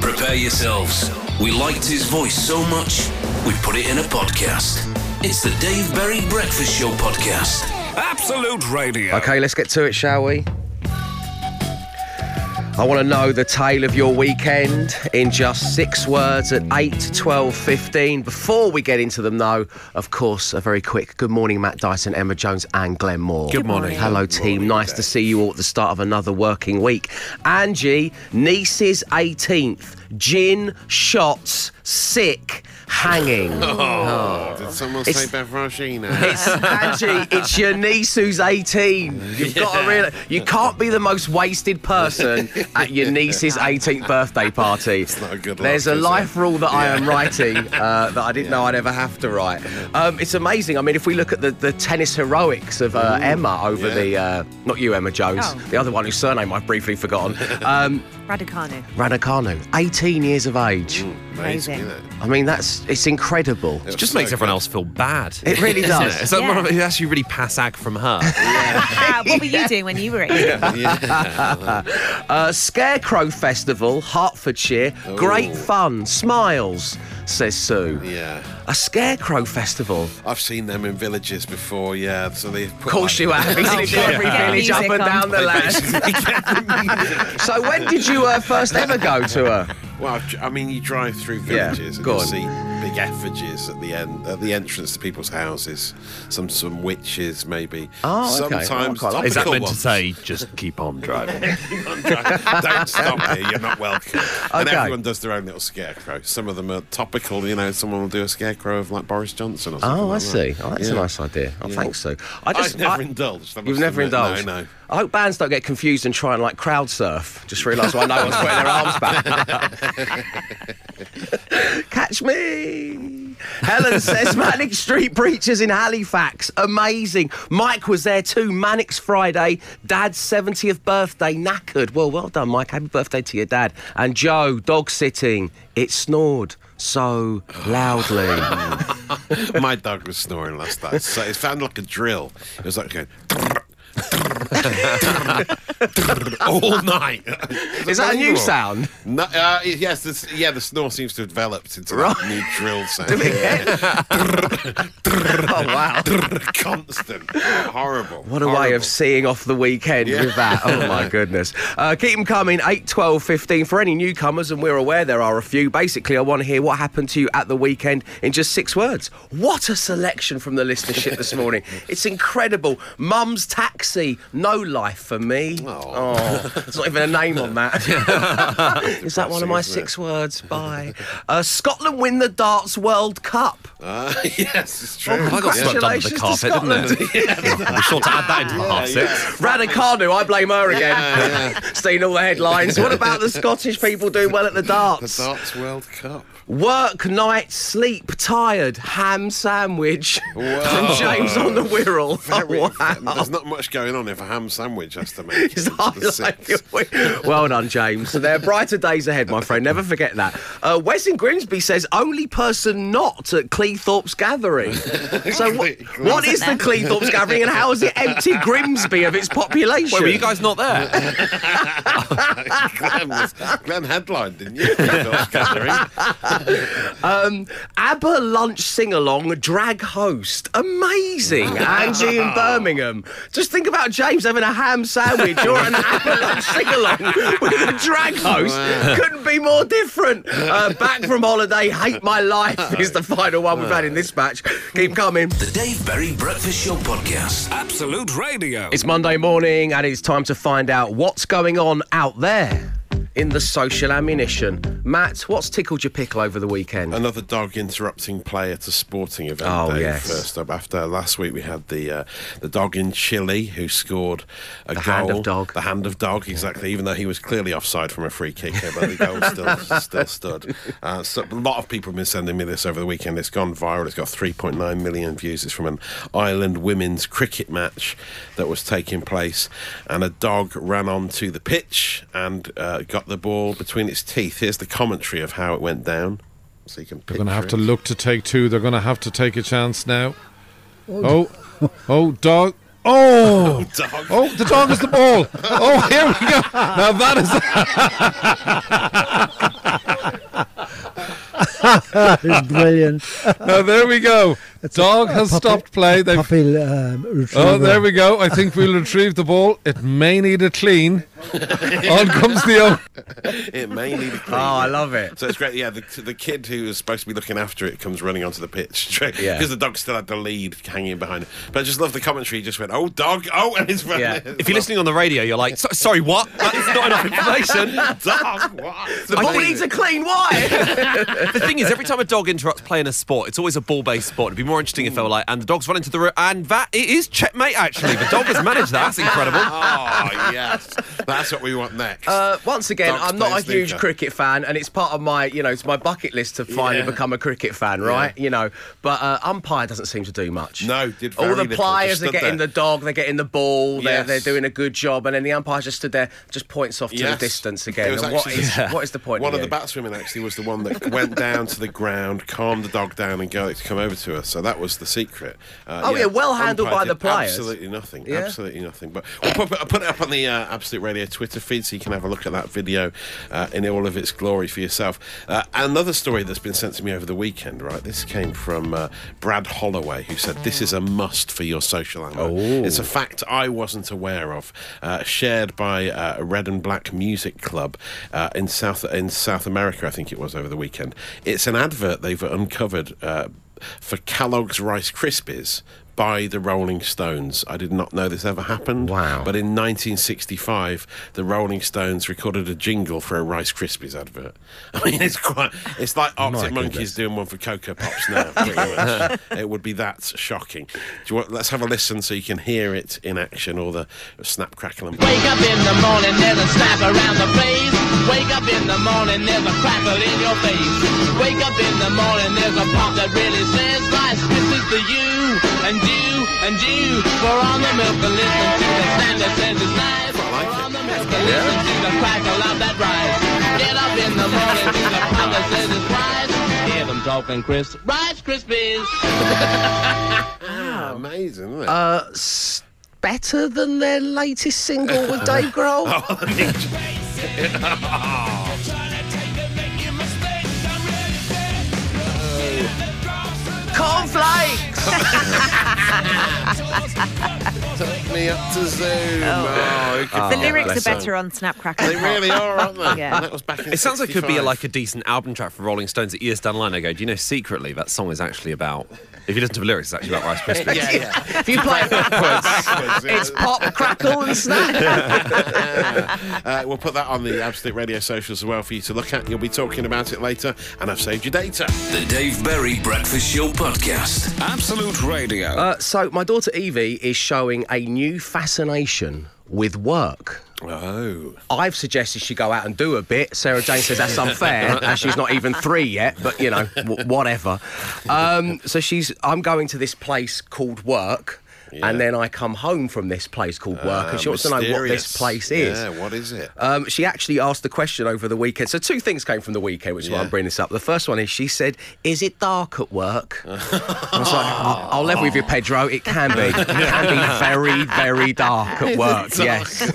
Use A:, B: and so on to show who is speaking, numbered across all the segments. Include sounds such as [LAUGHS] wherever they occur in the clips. A: prepare yourselves. We liked his voice so much, we put it in a podcast. It's the Dave Berry Breakfast Show podcast. Absolute Radio.
B: Okay, let's get to it, shall we? I want to know the tale of your weekend in just six words at 8, 12, 15. Before we get into them, though, of course, a very quick good morning, Matt Dyson, Emma Jones, and Glenn Moore.
C: Good morning.
B: Hello,
C: Good
B: team.
C: morning,
B: nice
C: Dave.
B: to see you all at the start of another working week. Angie, niece's 18th, gin, shots, sick, hanging.
C: Oh, did someone
B: It's-
C: say Hmm, Bevragina?
B: [LAUGHS] It's Angie, it's your niece who's 18. You've got to realize you can't be the most wasted person at your niece's 18th birthday party. It's
C: not a good
B: There's
C: laugh,
B: a
C: is it?
B: life rule that I am writing uh, that I didn't know I'd ever have to write. Um, it's amazing. I mean, if we look at the, the tennis heroics of uh, Emma over
C: yeah.
B: the, uh, not you, Emma Jones,
D: Oh.
B: the other one whose surname I've briefly forgotten, um,
D: Radicano.
B: Raducanu, 18 years of age.
C: Mm. Amazing,
D: Amazing.
C: isn't it?
B: I mean, that's it's incredible.
C: It
E: It just
C: was
E: makes
C: so
E: everyone
C: good.
E: else feel bad.
B: It really
E: Isn't
B: does.
E: it? It's like
D: Yeah.
E: one of- it's actually really pass ag
C: [LAUGHS]
E: from her.
D: [LAUGHS] Ah, what were you doing when you were eight?
C: Yeah.
B: Uh, Scarecrow Festival, Hertfordshire. Great
C: Ooh.
B: fun, smiles, says Sue.
C: yeah.
B: A Scarecrow Festival. Of
C: I've seen them in villages before, yeah. So they've put
B: course
C: like-
B: you
C: [LAUGHS]
B: have. He's in
D: yeah.
B: every
D: Yeah.
B: village up and
D: Music on.
B: down the [LAUGHS] land. so when did you uh, first ever go to
C: [LAUGHS]
B: a...
C: Well, I've- I mean, you drive through
B: Yeah,
C: villages and
B: go
C: you
B: on.
C: see big effigies at the end, at the entrance to people's houses. Some some witches, maybe.
B: Oh, okay. Well, I
C: Sometimes
B: quite like
E: Is that
C: topical
E: meant to
C: ones.
E: say just keep on driving?
C: Don't stop here. You're not welcome. And
B: Okay.
C: everyone does their own little scarecrow. Some of them are topical. You know, someone will do a scarecrow of like Boris Johnson or something.
B: Oh, I
C: like
B: see.
C: That.
B: Oh, that's a
C: Yeah.
B: nice idea. I
C: Yeah.
B: think so. I
C: I've never indulged. I
B: You've
C: must
B: never
C: admit.
B: indulged.
C: No, no.
B: I hope bands don't get confused and try and like crowd surf. Just realise why no one's putting their arms back. [LAUGHS] Catch me. Helen says [LAUGHS] Manic Street Preachers in Halifax. Amazing. Mike was there too. Manic's Friday. Dad's 70th birthday. Knackered. Well, well done, Mike. Happy birthday to your dad. And Joe, dog sitting. It snored so loudly.
C: My dog was snoring last night. So it sounded like a drill. It was like going. [LAUGHS] all night.
E: Oh,
B: Is that a new
C: Unbelievable.
B: sound?
C: No, uh, yes, this, yeah. The snore seems to have developed into that new
B: [LAUGHS]
C: drill sound.
B: Oh, wow.
C: [LAUGHS] Constant, horrible.
B: What a way of seeing off the weekend with that. Oh,
C: [LAUGHS]
B: my goodness. Uh, keep them coming, 8, 12, 15. For any newcomers, and we're aware there are a few, basically, I want to hear what happened to you at the weekend in just six words. What a selection from the listenership this
C: [LAUGHS]
B: morning. It's incredible. Mum's Taxi, No Life for Me.
C: Aw.
B: Oh, there's not
C: [LAUGHS]
B: even a name on that. Is that one of my
C: Depressing, isn't it?
B: six words? Bye. Uh, Scotland win the Darts World Cup.
C: Uh, [LAUGHS] yes, it's true.
E: I got swept under the
B: Congratulations to
E: carpet, didn't [LAUGHS] it? I'm sure to add that into the half six.
B: Raducanu, I blame her again.
C: Yeah,
B: [LAUGHS] Seen all the headlines. What about the Scottish people doing well at the darts?
C: The Darts World Cup.
B: Work, night, sleep, tired, ham sandwich,
C: Whoa.
B: and James on the Wirral.
C: Very-
B: Oh, wow.
C: There's not much going on if a ham sandwich
B: [LAUGHS]
C: has to make it
B: It's
C: into
B: hard
C: the
B: like
C: six. [LAUGHS]
B: your week. well done, James. So there are brighter days ahead, my friend. Never forget that. Uh, Wes in Grimsby says, only person not at Cleethorpes
C: [LAUGHS]
B: Gathering. so what, what is the Cleethorpes Gathering and how has it emptied Grimsby of its population?
E: Wait, were you guys not there?
B: [LAUGHS]
C: Glenn, was, Glenn headline, didn't you? Gathering.
B: Um, ABBA lunch sing along, drag host. [LAUGHS] Amazing. Angie in Birmingham. Just think about James having a ham sandwich or [LAUGHS] an ABBA lunch sing along with a drag host.
C: Wow.
B: Couldn't be more different. Uh, back from holiday, hate my [LAUGHS] life is the final one we've had in this match. Keep coming.
A: The Dave Berry Breakfast Show podcast. Absolute Radio.
B: It's Monday morning and it's time to find out what's going on out there in the social ammunition. Matt, what's tickled your pickle over the weekend?
C: Another dog interrupting play at a sporting event.
B: Oh,
C: Dave,
B: yes.
C: First up, after last week we had the uh, the dog in Chile who scored a
B: The
C: goal.
B: hand of dog.
C: The hand of dog, exactly. Even though he was clearly offside from a free kick, here, but the goal still
F: [LAUGHS]
C: still stood. Uh, so a lot of people have been sending me this over the weekend. It's gone viral. It's got 3.9 million views. It's from an Ireland women's cricket match that was taking place, and a dog ran onto the pitch and uh, got the ball between its teeth. Here's the commentary of how it went down. So you can
F: They're going to have to
C: picture it.
F: look to take two. They're going to have to take a chance now. Oh, oh, dog. Oh,
C: dog.
F: oh, the dog is the ball. Oh, here we go. Now that is.
G: It's
F: [LAUGHS]
G: brilliant.
F: Now there we go. Dog has
G: puppy-
F: stopped play. They've
G: Puppy, um,
F: Oh,
G: retriever.
F: there we go. I think we'll retrieve the ball. It may need a clean. On comes the own.
C: It may need a
B: Oh,
C: clean.
B: I love it.
C: So it's great, yeah. The, the kid who is supposed to be looking after it comes running onto the pitch [LAUGHS] because
B: Yeah.
C: the dog still had the lead hanging behind. It. But I just love the commentary. Just went, "Oh, dog! Oh!" And it's
B: Yeah.
E: If you're listening on the radio, you're like, "So- sorry, what? That's not enough information.
C: [LAUGHS]
B: [LAUGHS]
C: dog, what?
E: The
B: Ball
E: thing-
B: needs a clean [LAUGHS] wire.
E: The thing is, every time a dog interrupts playing a sport, it's always a ball-based sport. It'd be more interesting if they were like, and the dog's run into the room, and that it is checkmate. Actually, the dog has managed that. That's incredible.
C: oh yes, that's what we want next.
B: uh, once again,
C: Dogs
B: I'm not a
C: plays
B: huge
C: snooker.
B: cricket fan, and it's part of my, you know, it's my bucket list to finally
C: Yeah.
B: become a cricket fan, right? You know, but uh, umpire doesn't seem to do much.
C: No, did
B: all
C: very
B: the
C: little,
B: players
C: just
B: are
C: stood
B: getting
C: there.
B: the dog, they're getting the ball, they're,
C: Yes.
B: they're doing a good job, and then the umpire just stood there, just points off to
C: Yes.
B: the distance
C: It
B: again.
C: was
B: And what
C: actually-
B: is
C: [LAUGHS]
B: what is the point?
C: One of
B: you?
C: the batswomen actually was the one that went down to the ground, calmed the dog down, and got it to come over to us. So that was the secret. Uh,
B: Oh, yeah, well handled
C: umpire
B: by the
C: did
B: players.
C: Absolutely nothing.
B: Yeah.
C: Absolutely nothing. But we'll put, put- put it up on the uh, Absolute Radio Twitter feed so you can have a look at that video uh, in all of its glory for yourself. Uh, another story that's been sent to me over the weekend, right? This came from uh, Brad Holloway, who said, This is a must for your social ammo. It's a fact I wasn't aware of, uh, shared by uh, a Red and Black Music Club uh, in South in South America, I think it was over the weekend. It's an advert they've uncovered uh, for Kellogg's Rice Krispies by the Rolling Stones. I did not know this ever happened.
B: Wow.
C: But in 1965, the Rolling Stones recorded a jingle for a Rice Krispies advert. [LAUGHS] I mean, it's quite. It's like Arctic Monkeys doing one for Cocoa Pops now. pretty much. it would be that shocking. Do you want, let's have a listen so you can hear it in action or the snap crackle and.
H: Wake up in the morning, there's a snap around the place. Wake up in the morning, there's a crackle in your face. Wake up in the morning, there's a pop that really says Rice Krispies for you and you and you. We're on the milk and listen to the snap that says it's nice. We're on the milk and listen to the crackle of that rice. Get up in the morning, to the pop that says it's rice. Hear them talking, Chris. Rice Krispies.
C: Ah, Amazing, isn't it?
B: Uh, S- better than their latest single with
C: [LAUGHS]
B: Dave Grohl.
C: Oh,
B: [LAUGHS]
C: [LAUGHS]
B: Cornflakes!
C: me up to Zoom. Oh, who could
B: Ah.
D: The
C: forget
D: lyrics are
C: that
D: better
C: song?
D: on Snapcracker.
C: [LAUGHS] They really are, aren't they?
D: Yeah.
C: That was back in
E: It sounds like it could be
C: 65. [LAUGHS]
E: like a decent album track for Rolling Stones at years down the line. I go, do you know secretly that song is actually about? If you listen to the lyrics, it's actually about Rice
B: [LAUGHS]
E: Krispies.
C: Yeah, yeah.
B: If you play it backwards,
C: [LAUGHS] Backwards, yeah.
B: it's pop, crackle, and snap.
C: [LAUGHS] Uh, we'll put that on the Absolute Radio socials as well for you to look at. You'll be talking about it later, and I've saved your data.
A: The Dave Berry Breakfast Show Podcast. Absolute Radio.
B: Uh, so, my daughter Evie is showing a new fascination with work.
C: Oh,
B: I've suggested she go out and do a bit. Sarah Jane says that's unfair, and she's not even three yet. But you know, w- whatever. Um, so she's. I'm going to this place called work. And then I come home from this place called work, and she wants to know what this place is.
C: uh, Yeah, what is it? [LAUGHS]
B: Um, she actually asked the question over the weekend. So two things came from the weekend, which is why
C: Yeah.
B: I'm bringing this up. The first one is she said, "Is it dark at
C: [LAUGHS]
B: work?" I was like, "I- "I'll level with you, Pedro. It can be. It can be very, very dark at work. Yes." [LAUGHS]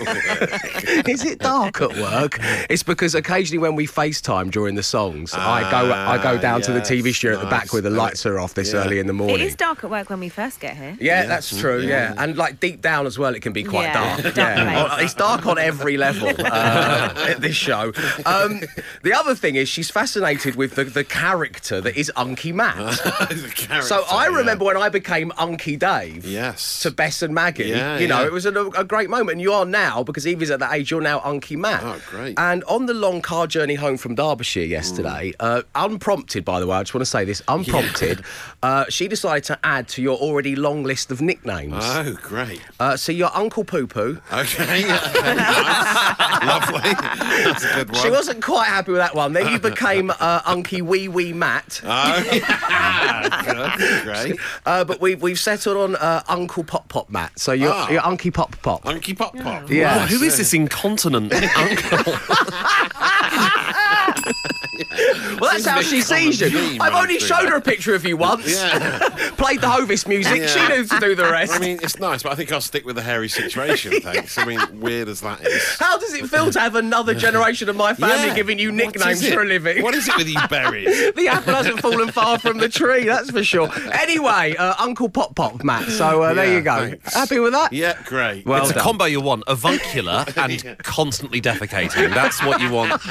B: is it dark at work? It's because occasionally when we FaceTime during the songs, I go I go down to the
C: Ah, yes,
B: TV studio at the back
C: nice.
B: where the lights are off this
C: Yeah.
B: early in the
D: It
B: morning.
D: is dark at work when we first get here.
B: Yeah, that's true. Yeah. and like deep down as well, it can be quite
D: Yeah,
B: dark. yeah,
D: dark place.
B: Well, it's dark on every level uh, at this show. Um, the other thing is she's fascinated with the, the character that is Unky Matt.
C: The character,
B: so I
C: yeah.
B: remember when I became Unky Dave.
C: Yes.
B: To Bess and Maggie,
C: Yeah,
B: you know,
C: yeah.
B: it was a, a great moment. And you are now because Evie's at that age. You're now Unky Matt.
C: Oh, great. Mm.
B: And on the long car journey home from Derbyshire yesterday, uh, unprompted, by the way, I just want to say this, unprompted, uh, she decided to add to your already long list of nicknames.
C: Oh, great.
B: [LAUGHS] Uh, so your Uncle Poo Poo.
C: Okay. [LAUGHS] nice. Lovely. That's a good one.
B: She wasn't quite happy with that one. Then
C: [LAUGHS]
B: you became uh, Unky Wee Wee Matt. [LAUGHS]
C: Oh, [LAUGHS] yeah. Good, great.
B: Uh, but we've, we've settled on uh, Uncle Pop Pop Matt. So you're,
C: Ah.
B: you're Unky Pop
C: [LAUGHS]
B: Pop.
C: Unky Pop Pop.
B: Yeah.
E: Wow, Oh, who is this incontinent uncle?
B: Well, That's how she sees you.
C: theme
B: I've
C: running
B: only
C: through
B: shown
C: that.
B: her a picture of
C: [LAUGHS]
B: you once. [LAUGHS]
C: Yeah.
B: Played the Hovis music. She
C: Yeah.
B: knew to do the rest.
C: I mean, it's nice, but I think I'll stick with the hairy situation,
B: [LAUGHS]
C: thanks. I mean, weird as that is.
B: how does it feel to have another generation of my family
C: Yeah.
B: giving you
C: What
B: nicknames
C: is it?
B: for a living?
C: What is it with you berries?
B: [LAUGHS] the apple hasn't fallen far from the tree, that's for sure. Anyway, uh, Uncle Pop Pop, Matt. So uh, there
C: Yeah,
B: you go.
C: thanks.
B: Happy with that?
C: Yeah, great.
B: Well
E: it's
B: done.
E: a combo you want: [LAUGHS] avuncular and constantly defecating. That's what you want.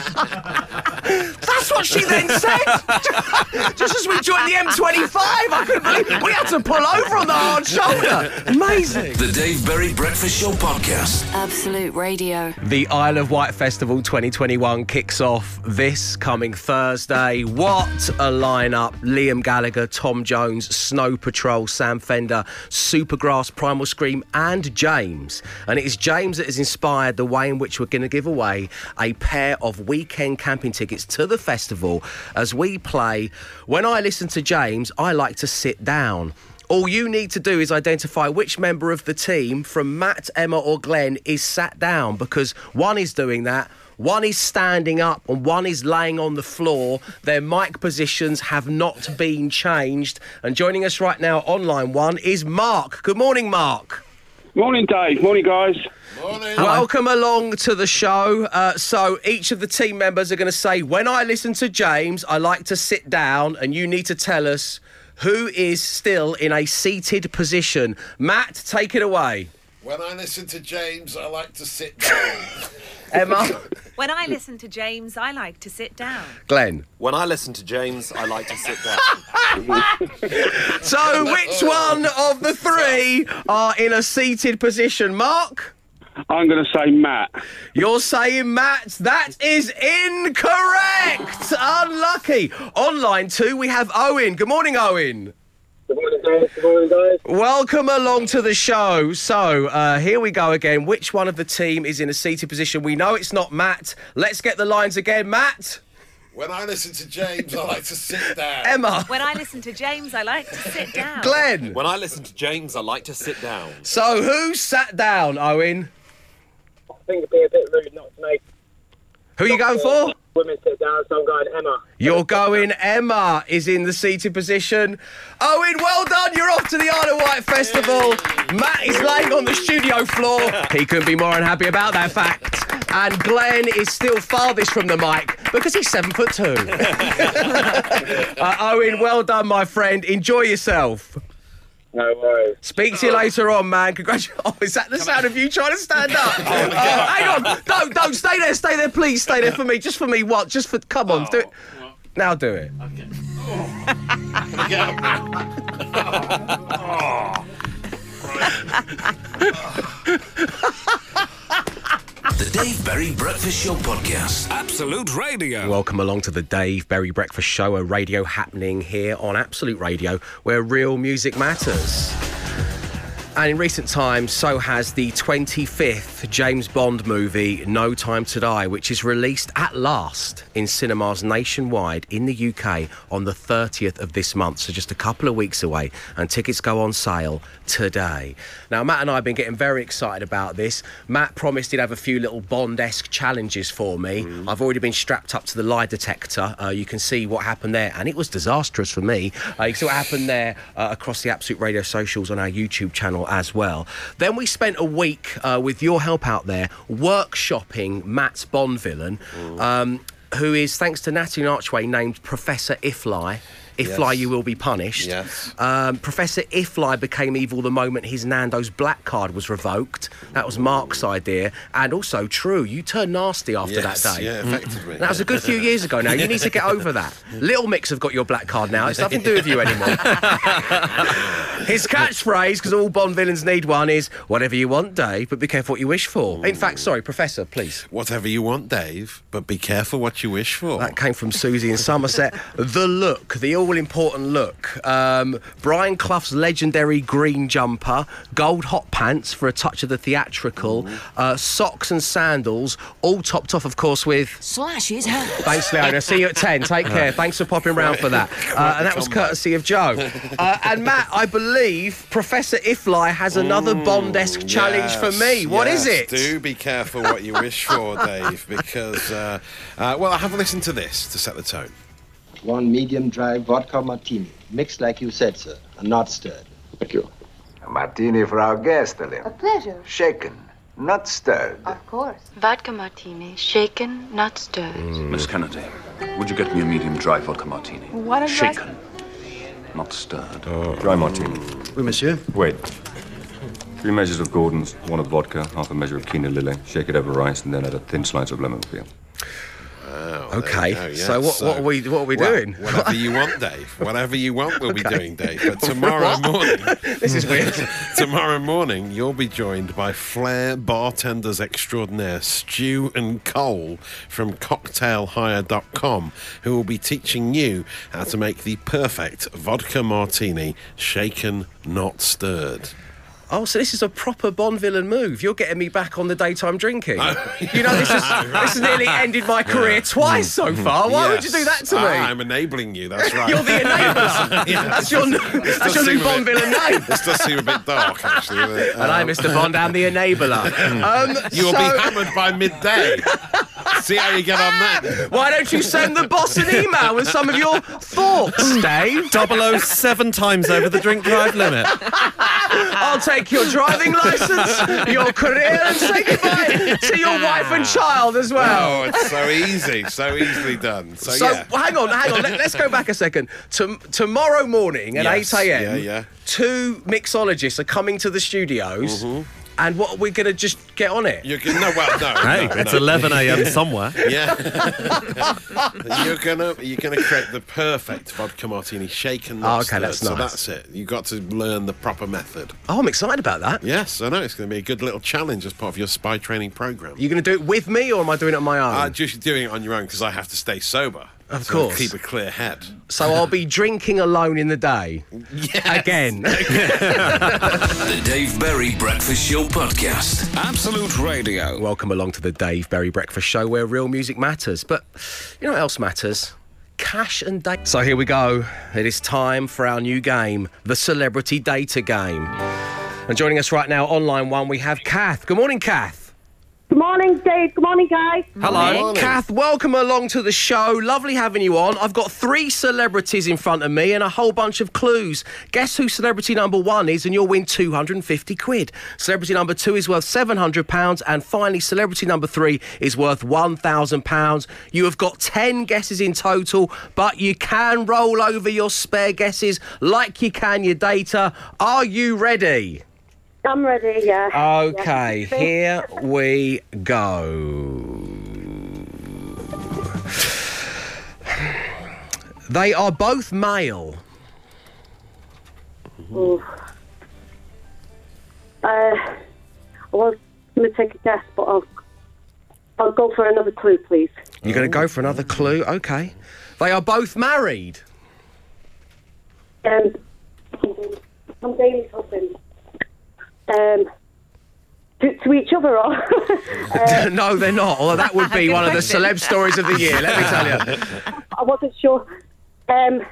B: That's what she then
C: [LAUGHS]
B: said. Just as we joined the M25, I couldn't believe we had to pull over on the hard shoulder. Amazing.
A: The Dave Berry Breakfast Show podcast.
I: Absolute Radio.
B: The Isle of Wight Festival 2021 kicks off this coming Thursday. What a lineup! Liam Gallagher, Tom Jones, Snow Patrol, Sam Fender, Supergrass, Primal Scream, and James. And it is James that has inspired the way in which we're going to give away a pair of weekend camping tickets to the festival as we play When I Listen to James, I Like to Sit Down. All you need to do is identify which member of the team from Matt, Emma, or Glenn is sat down because one is doing that, one is standing up, and one is laying on the floor. Their mic positions have not been changed. And joining us right now, online one, is Mark. Good morning, Mark.
J: Morning, Dave. Morning, guys.
B: Welcome along to the show. Uh, so each of the team members are going to say, When I listen to James, I like to sit down, and you need to tell us who is still in a seated position. Matt, take it away.
C: When I listen to James, I like to sit down.
B: Emma?
D: When I listen to James, I like to sit down.
B: Glenn.
K: [LAUGHS] When I listen to James, I like to sit down.
B: So, which one of the three are in a seated position? Mark?
J: I'm going to say Matt.
B: You're saying Matt, that is incorrect! Unlucky! Online two, we have Owen. Good morning, Owen. Welcome along to the show. So uh, here we go again. Which one of the team is in a seated position? We know it's not Matt. Let's get the lines again. Matt,
C: when I listen to James, I like to sit down.
B: Emma,
D: When I listen to James, I like to sit down.
B: Glenn.
K: When I listen to James, I like to sit down.
B: So who sat down, Owen?
J: I think it'd be a bit rude not to make
B: Who are you going for?
J: women sit down, so I'm going Emma.
B: You're going. Emma is in the seated position. Owen, well done. You're off to the Isle of Wight Festival. Matt is laying on the studio floor. He couldn't be more unhappy about that fact. And Glenn is still farthest from the mic because he's seven foot two. [LAUGHS] uh, Owen, well done, my friend. Enjoy yourself.
J: No worries.
B: Speak to you later on, man. Congratulations. [LAUGHS] Oh, is that the sound of you trying to stand up? Oh, hang on. Don't, don't. Stay there. Stay there, please. Stay there for me. Just for me. What? Just for. Come on. Do it. Now do it.
A: The Dave Berry Breakfast Show podcast.
K: Absolute radio.
B: Welcome along to the Dave Berry Breakfast Show, a radio happening here on Absolute Radio, where real music matters. And in recent times, so has the 25th James Bond movie, No Time to Die, which is released at last in cinemas nationwide in the UK on the 30th of this month, so just a couple of weeks away, and tickets go on sale today. Now, Matt and I have been getting very excited about this. Matt promised he'd have a few little Bond esque challenges for me. I've already been strapped up to the lie detector. Uh, you can see what happened there, and it was disastrous for me. Uh, you can see what happened there uh, across the Absolute Radio socials on our YouTube channel as well. Then we spent a week uh, with your help out there workshopping Matt's Bond villain, um, who is, thanks to Natalie Archway, named Professor Ifly. If
C: Yes.
B: lie, you will be punished.
C: Yes.
B: Um, Professor Ifly became evil the moment his Nando's black card was revoked. That was Mark's idea, and also true. You turned nasty after
C: yes,
B: that day. Mm.
C: Yeah, effectively.
B: That was a
C: yeah.
B: good
C: [LAUGHS]
B: few years ago now. You need to get over that. Little Mix have got your black card now. It's nothing to do with you anymore.
C: [LAUGHS]
B: His catchphrase, because all Bond villains need one, is whatever you want, Dave, but be careful what you wish for. In fact, sorry, Professor, please.
C: Whatever you want, Dave, but be careful what you wish for.
B: That came from Susie in Somerset. the look, the all important look. Um, Brian Clough's legendary green jumper, gold hot pants for a touch of the theatrical, uh, socks and sandals, all topped off, of course, with
I: Slash his hat.
B: Thanks, Leona. See you at 10. Take
C: [LAUGHS]
B: care. Thanks for popping round for that. Uh, and that was courtesy of Joe. Uh, and Matt, I believe Professor Ifly has another Bond esque challenge for me.
C: Yes,
B: What is
C: yes.
B: it?
C: Do be careful what you wish for, Dave, because, uh, uh, well, I have listened to this to set the tone.
L: One medium dry vodka martini, mixed like you said, sir, and not stirred. Thank you.
M: A martini for our guest, Ellen.
N: A pleasure.
M: Shaken, not stirred.
N: Of course. Vodka martini, shaken, not stirred.
O: Miss Kennedy, would you get me a medium dry vodka martini?
N: What advice-
O: Shaken, not stirred. Dry martini.
P: Oui, monsieur.
O: Wait. Three measures of Gordon's, one of vodka, half a measure of quinoa lily. Shake it over rice, and then add a thin slice of lemon peel.
B: Okay, so what- what are we- what are we
C: well,
B: doing?
C: [LAUGHS] Whatever you want, Dave. Whatever you want, we'll be
B: Okay.
C: doing, Dave. But tomorrow
B: What?
C: morning,
B: [LAUGHS] This is weird.
C: [LAUGHS] tomorrow morning, you'll be joined by flair bartenders extraordinaire Stew and Cole from CocktailHire.com, who will be teaching you how to make the perfect vodka martini, shaken, not stirred.
B: Oh, so this is a proper Bond villain move. You're getting me back on the daytime
C: [LAUGHS]
B: drinking. you know, this has, this has nearly ended my career twice so far. Oh, Why would you do that to me?
C: Ah, Mm-hmm. I'm enabling you. That's
B: [LAUGHS]
C: right.
B: You're
C: [LAUGHS]
B: the enabler.
C: Yeah.
B: That's your, [LAUGHS]
C: This
B: that's
C: does
B: your
C: seem
B: new
C: a
B: Bond
C: bit-
B: villain
C: [LAUGHS]
B: name.
C: This does seem a bit dark, actually.
B: [LAUGHS]
C: Um,
B: And I, Mr. Bond, am the enabler. [LAUGHS] Um,
C: you will
B: so-
C: be hammered by midday. See how you
B: [LAUGHS]
C: get on that.
B: Why don't you send the boss an email with some of your thoughts, Dave?
E: 007 times over the drink drive limit.
B: I'll take your driving license, your career, and say goodbye to your wife and child as well.
C: Oh, it's so easy, so easily done. So,
B: So,
C: Oh, yeah.
B: hang on, hang on. Let, us go back a second. Tom tomorrow morning at
C: Yes,
B: 8
C: yeah,
B: a.m.,
C: yeah.
B: two mixologists are coming to the studios.
C: Mm-hmm.
B: And what we're going to just get on it.
C: You're gonna, no, well, no.
E: Hey,
C: no,
E: it's
C: no.
E: 11 a.m. somewhere.
C: Yeah. [LAUGHS] you're gonna you're gonna create the perfect vodka martini shaken.
B: Oh,
C: not
B: okay,
C: stirred.
B: that's
C: So
B: nice.
C: that's it. You've got to learn the proper method.
B: Oh, I'm excited about that.
C: Yes, I know it's going to be a good little challenge as part of your spy training program.
B: You're going to do it with me, or am I doing it on my own?
C: Uh, just doing it on your own because I have to stay sober.
B: Of
C: So
B: course.
C: keep a clear head.
B: so I'll be drinking alone in the
C: [LAUGHS]
B: day. Again.
A: The Dave Berry Breakfast Show podcast.
B: Absolute Radio. Welcome along to the Dave Berry Breakfast Show where real music matters. But you know what else matters? Cash and data. So here we go. It is time for our new game, the Celebrity Data Game. And joining us right now, online one, we have Kath. Good morning, Kath.
Q: Good morning, Dave. Good morning, guys.
B: Kath, welcome along to the show. Lovely having you on. I've got three celebrities in front of me and a whole bunch of clues. Guess who celebrity number one is, and you'll win 250 quid. Celebrity number two is worth 700 pounds, and finally, celebrity number three is worth 1,000 pounds. You have got 10 guesses in total, but you can roll over your spare guesses like you can your data. Are you ready?
Q: I'm ready. Yeah.
B: Okay,
Q: Yeah.
B: here we go. They are both male.
Q: Oof. Uh, I was going to take a guess, but I'll I'll go for another clue, please.
B: You're going to go for another clue? Okay. They are both married. [LAUGHS]
Q: Um, I'm Daly's husband. Um, to, to each other, or [LAUGHS] Uh,
B: no, they're not. Although that would be
Q: Good
B: one of the
Q: question.
B: celeb stories of the year, let me tell you.
Q: I wasn't sure. Um,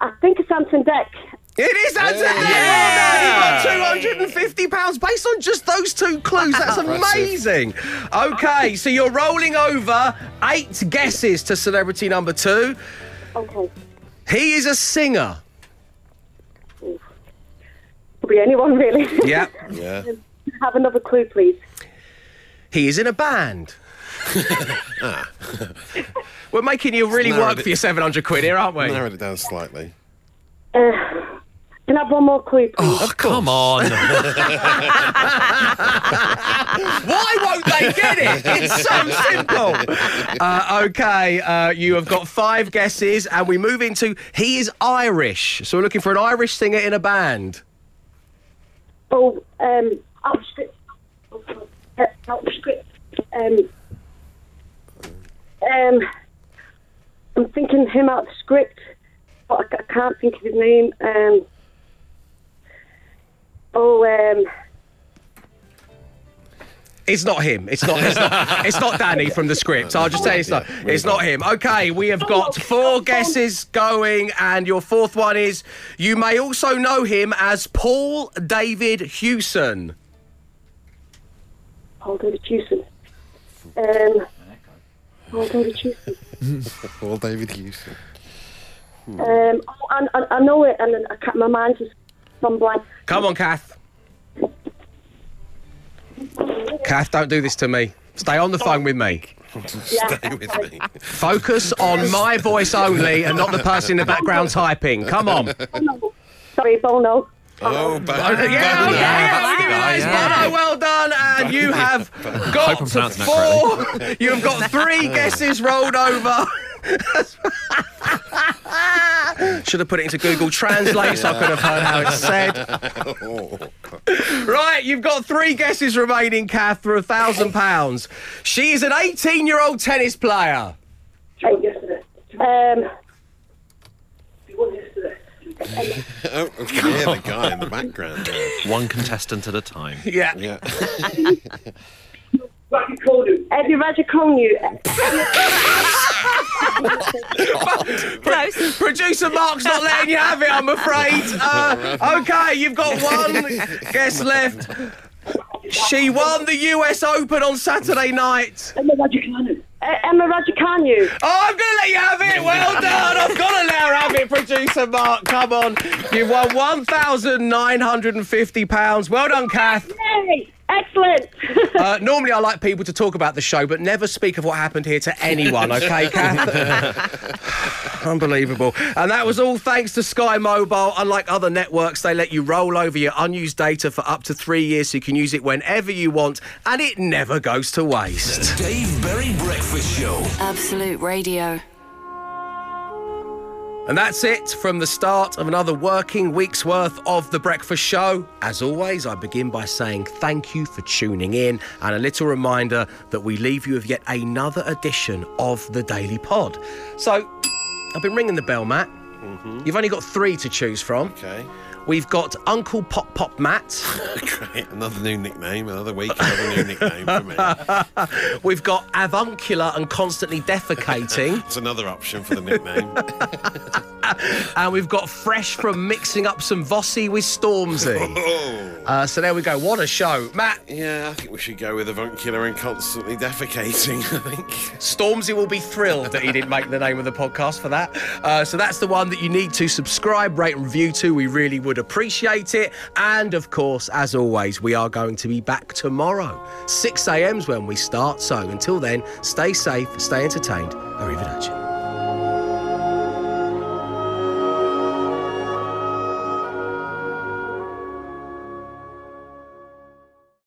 Q: I think it's Anton Deck.
B: It is Anton Deck. Yeah. £250 based on just those two clues. That's amazing. Okay, so you're rolling over eight guesses to celebrity number two.
Q: Okay.
B: He is a singer.
Q: Could be anyone, really.
B: Yeah.
C: Yeah.
Q: [LAUGHS] Have another clue, please.
B: He is in a band. We're making you really
C: narrowed
B: work
C: it-
B: for your 700 quid here, aren't we?
C: Narrowed it down slightly.
Q: Uh, can I have one more clue, please?
B: Oh.
E: Come on.
B: Why won't they get it? It's
C: [LAUGHS]
B: so simple. Uh, okay, uh, you have got five guesses, and we move into he is Irish. So we're looking for an Irish singer in a band.
Q: Oh, um, outstrip, uh, outstrip, um, um, I'm thinking him out the script, but I, ca- I can't think of his name. Um, oh, um,
B: It's not him. It's not. It's not. It's not Danny from the script. I'll just tell you it's not. It's not him. Okay, we have got four guesses going, and your fourth one is you may also know him as Paul David Hewson.
Q: Paul David Hewson. Um, Paul David Hewson.
C: Paul David Houston.
Q: Um, oh, and, and I know it, and I can't, my mind's just gone blank.
B: Come on, Kath. Kath, don't do this to me. Stay on the phone with me.
C: [LAUGHS] Stay with me.
B: Focus on my voice only and not the person in the background typing. Come on.
Q: Sorry, Bono.
C: Oh,
B: Yeah, okay, yeah,
C: yeah.
B: that's Bono, well done. And you have got
E: Hope I'm
B: to
E: pronouncing that
B: four. You've got
E: [LAUGHS]
B: three guesses rolled over. Should have put it into Google Translate so I could have heard how it's said. Right, you've got three guesses remaining, Kath, for a thousand pounds. She is an 18 year old tennis player.
Q: Um,
C: Oh, I can hear the guy in the background.
E: One contestant at a time.
B: Yeah.
C: Yeah.
Q: Eddie Radiconu.
B: Pro- Producer Mark's not letting you have it, I'm afraid. Uh, okay, you've got one guess left. She won the US Open on Saturday night.
Q: Emma Radicanu. Emma Radicanu.
B: Oh, I'm going to let you have it. Well done. I've got to let her have it, producer Mark. Come on. You've won £1,950. Well done, Kath.
Q: Yay! Excellent. [LAUGHS]
B: Uh, normally, I like people to talk about the show, but never speak of what happened here to anyone, okay, Kath? Unbelievable. And that was all thanks to Sky Mobile. Unlike other networks, they let you roll over your unused data for up to three years so you can use it whenever you want, and it never goes to waste.
A: The Dave Berry Breakfast Show.
I: Absolute Radio.
B: And that's it from the start of another working week's worth of The Breakfast Show. As always, I begin by saying thank you for tuning in and a little reminder that we leave you with yet another edition of The Daily Pod. So, I've been ringing the bell, Matt. You've only got three to choose from.
C: Mm-hmm. Okay.
B: We've got Uncle Pop Pop Matt.
C: [LAUGHS] Great. Another new nickname, another week, another new nickname for me.
B: We've got Avuncular and Constantly
C: [LAUGHS]
B: Defecating.
C: It's another option for the nickname.
B: and we've got Fresh from Mixing Up Some Vossi with Stormzy.
C: [LAUGHS] oh.
B: Uh, so there we go. What a show. Matt,
C: Yeah, I think we should go with avuncular and constantly defecating, I think.
B: Stormzy will be thrilled that he didn't make the name of the podcast for that. Uh, so that's the one that you need to subscribe, rate, and review to. We really would appreciate it. And of course, as always, we are going to be back tomorrow. 6 a.m. is when we start. So until then, stay safe, stay entertained. Arrivederci.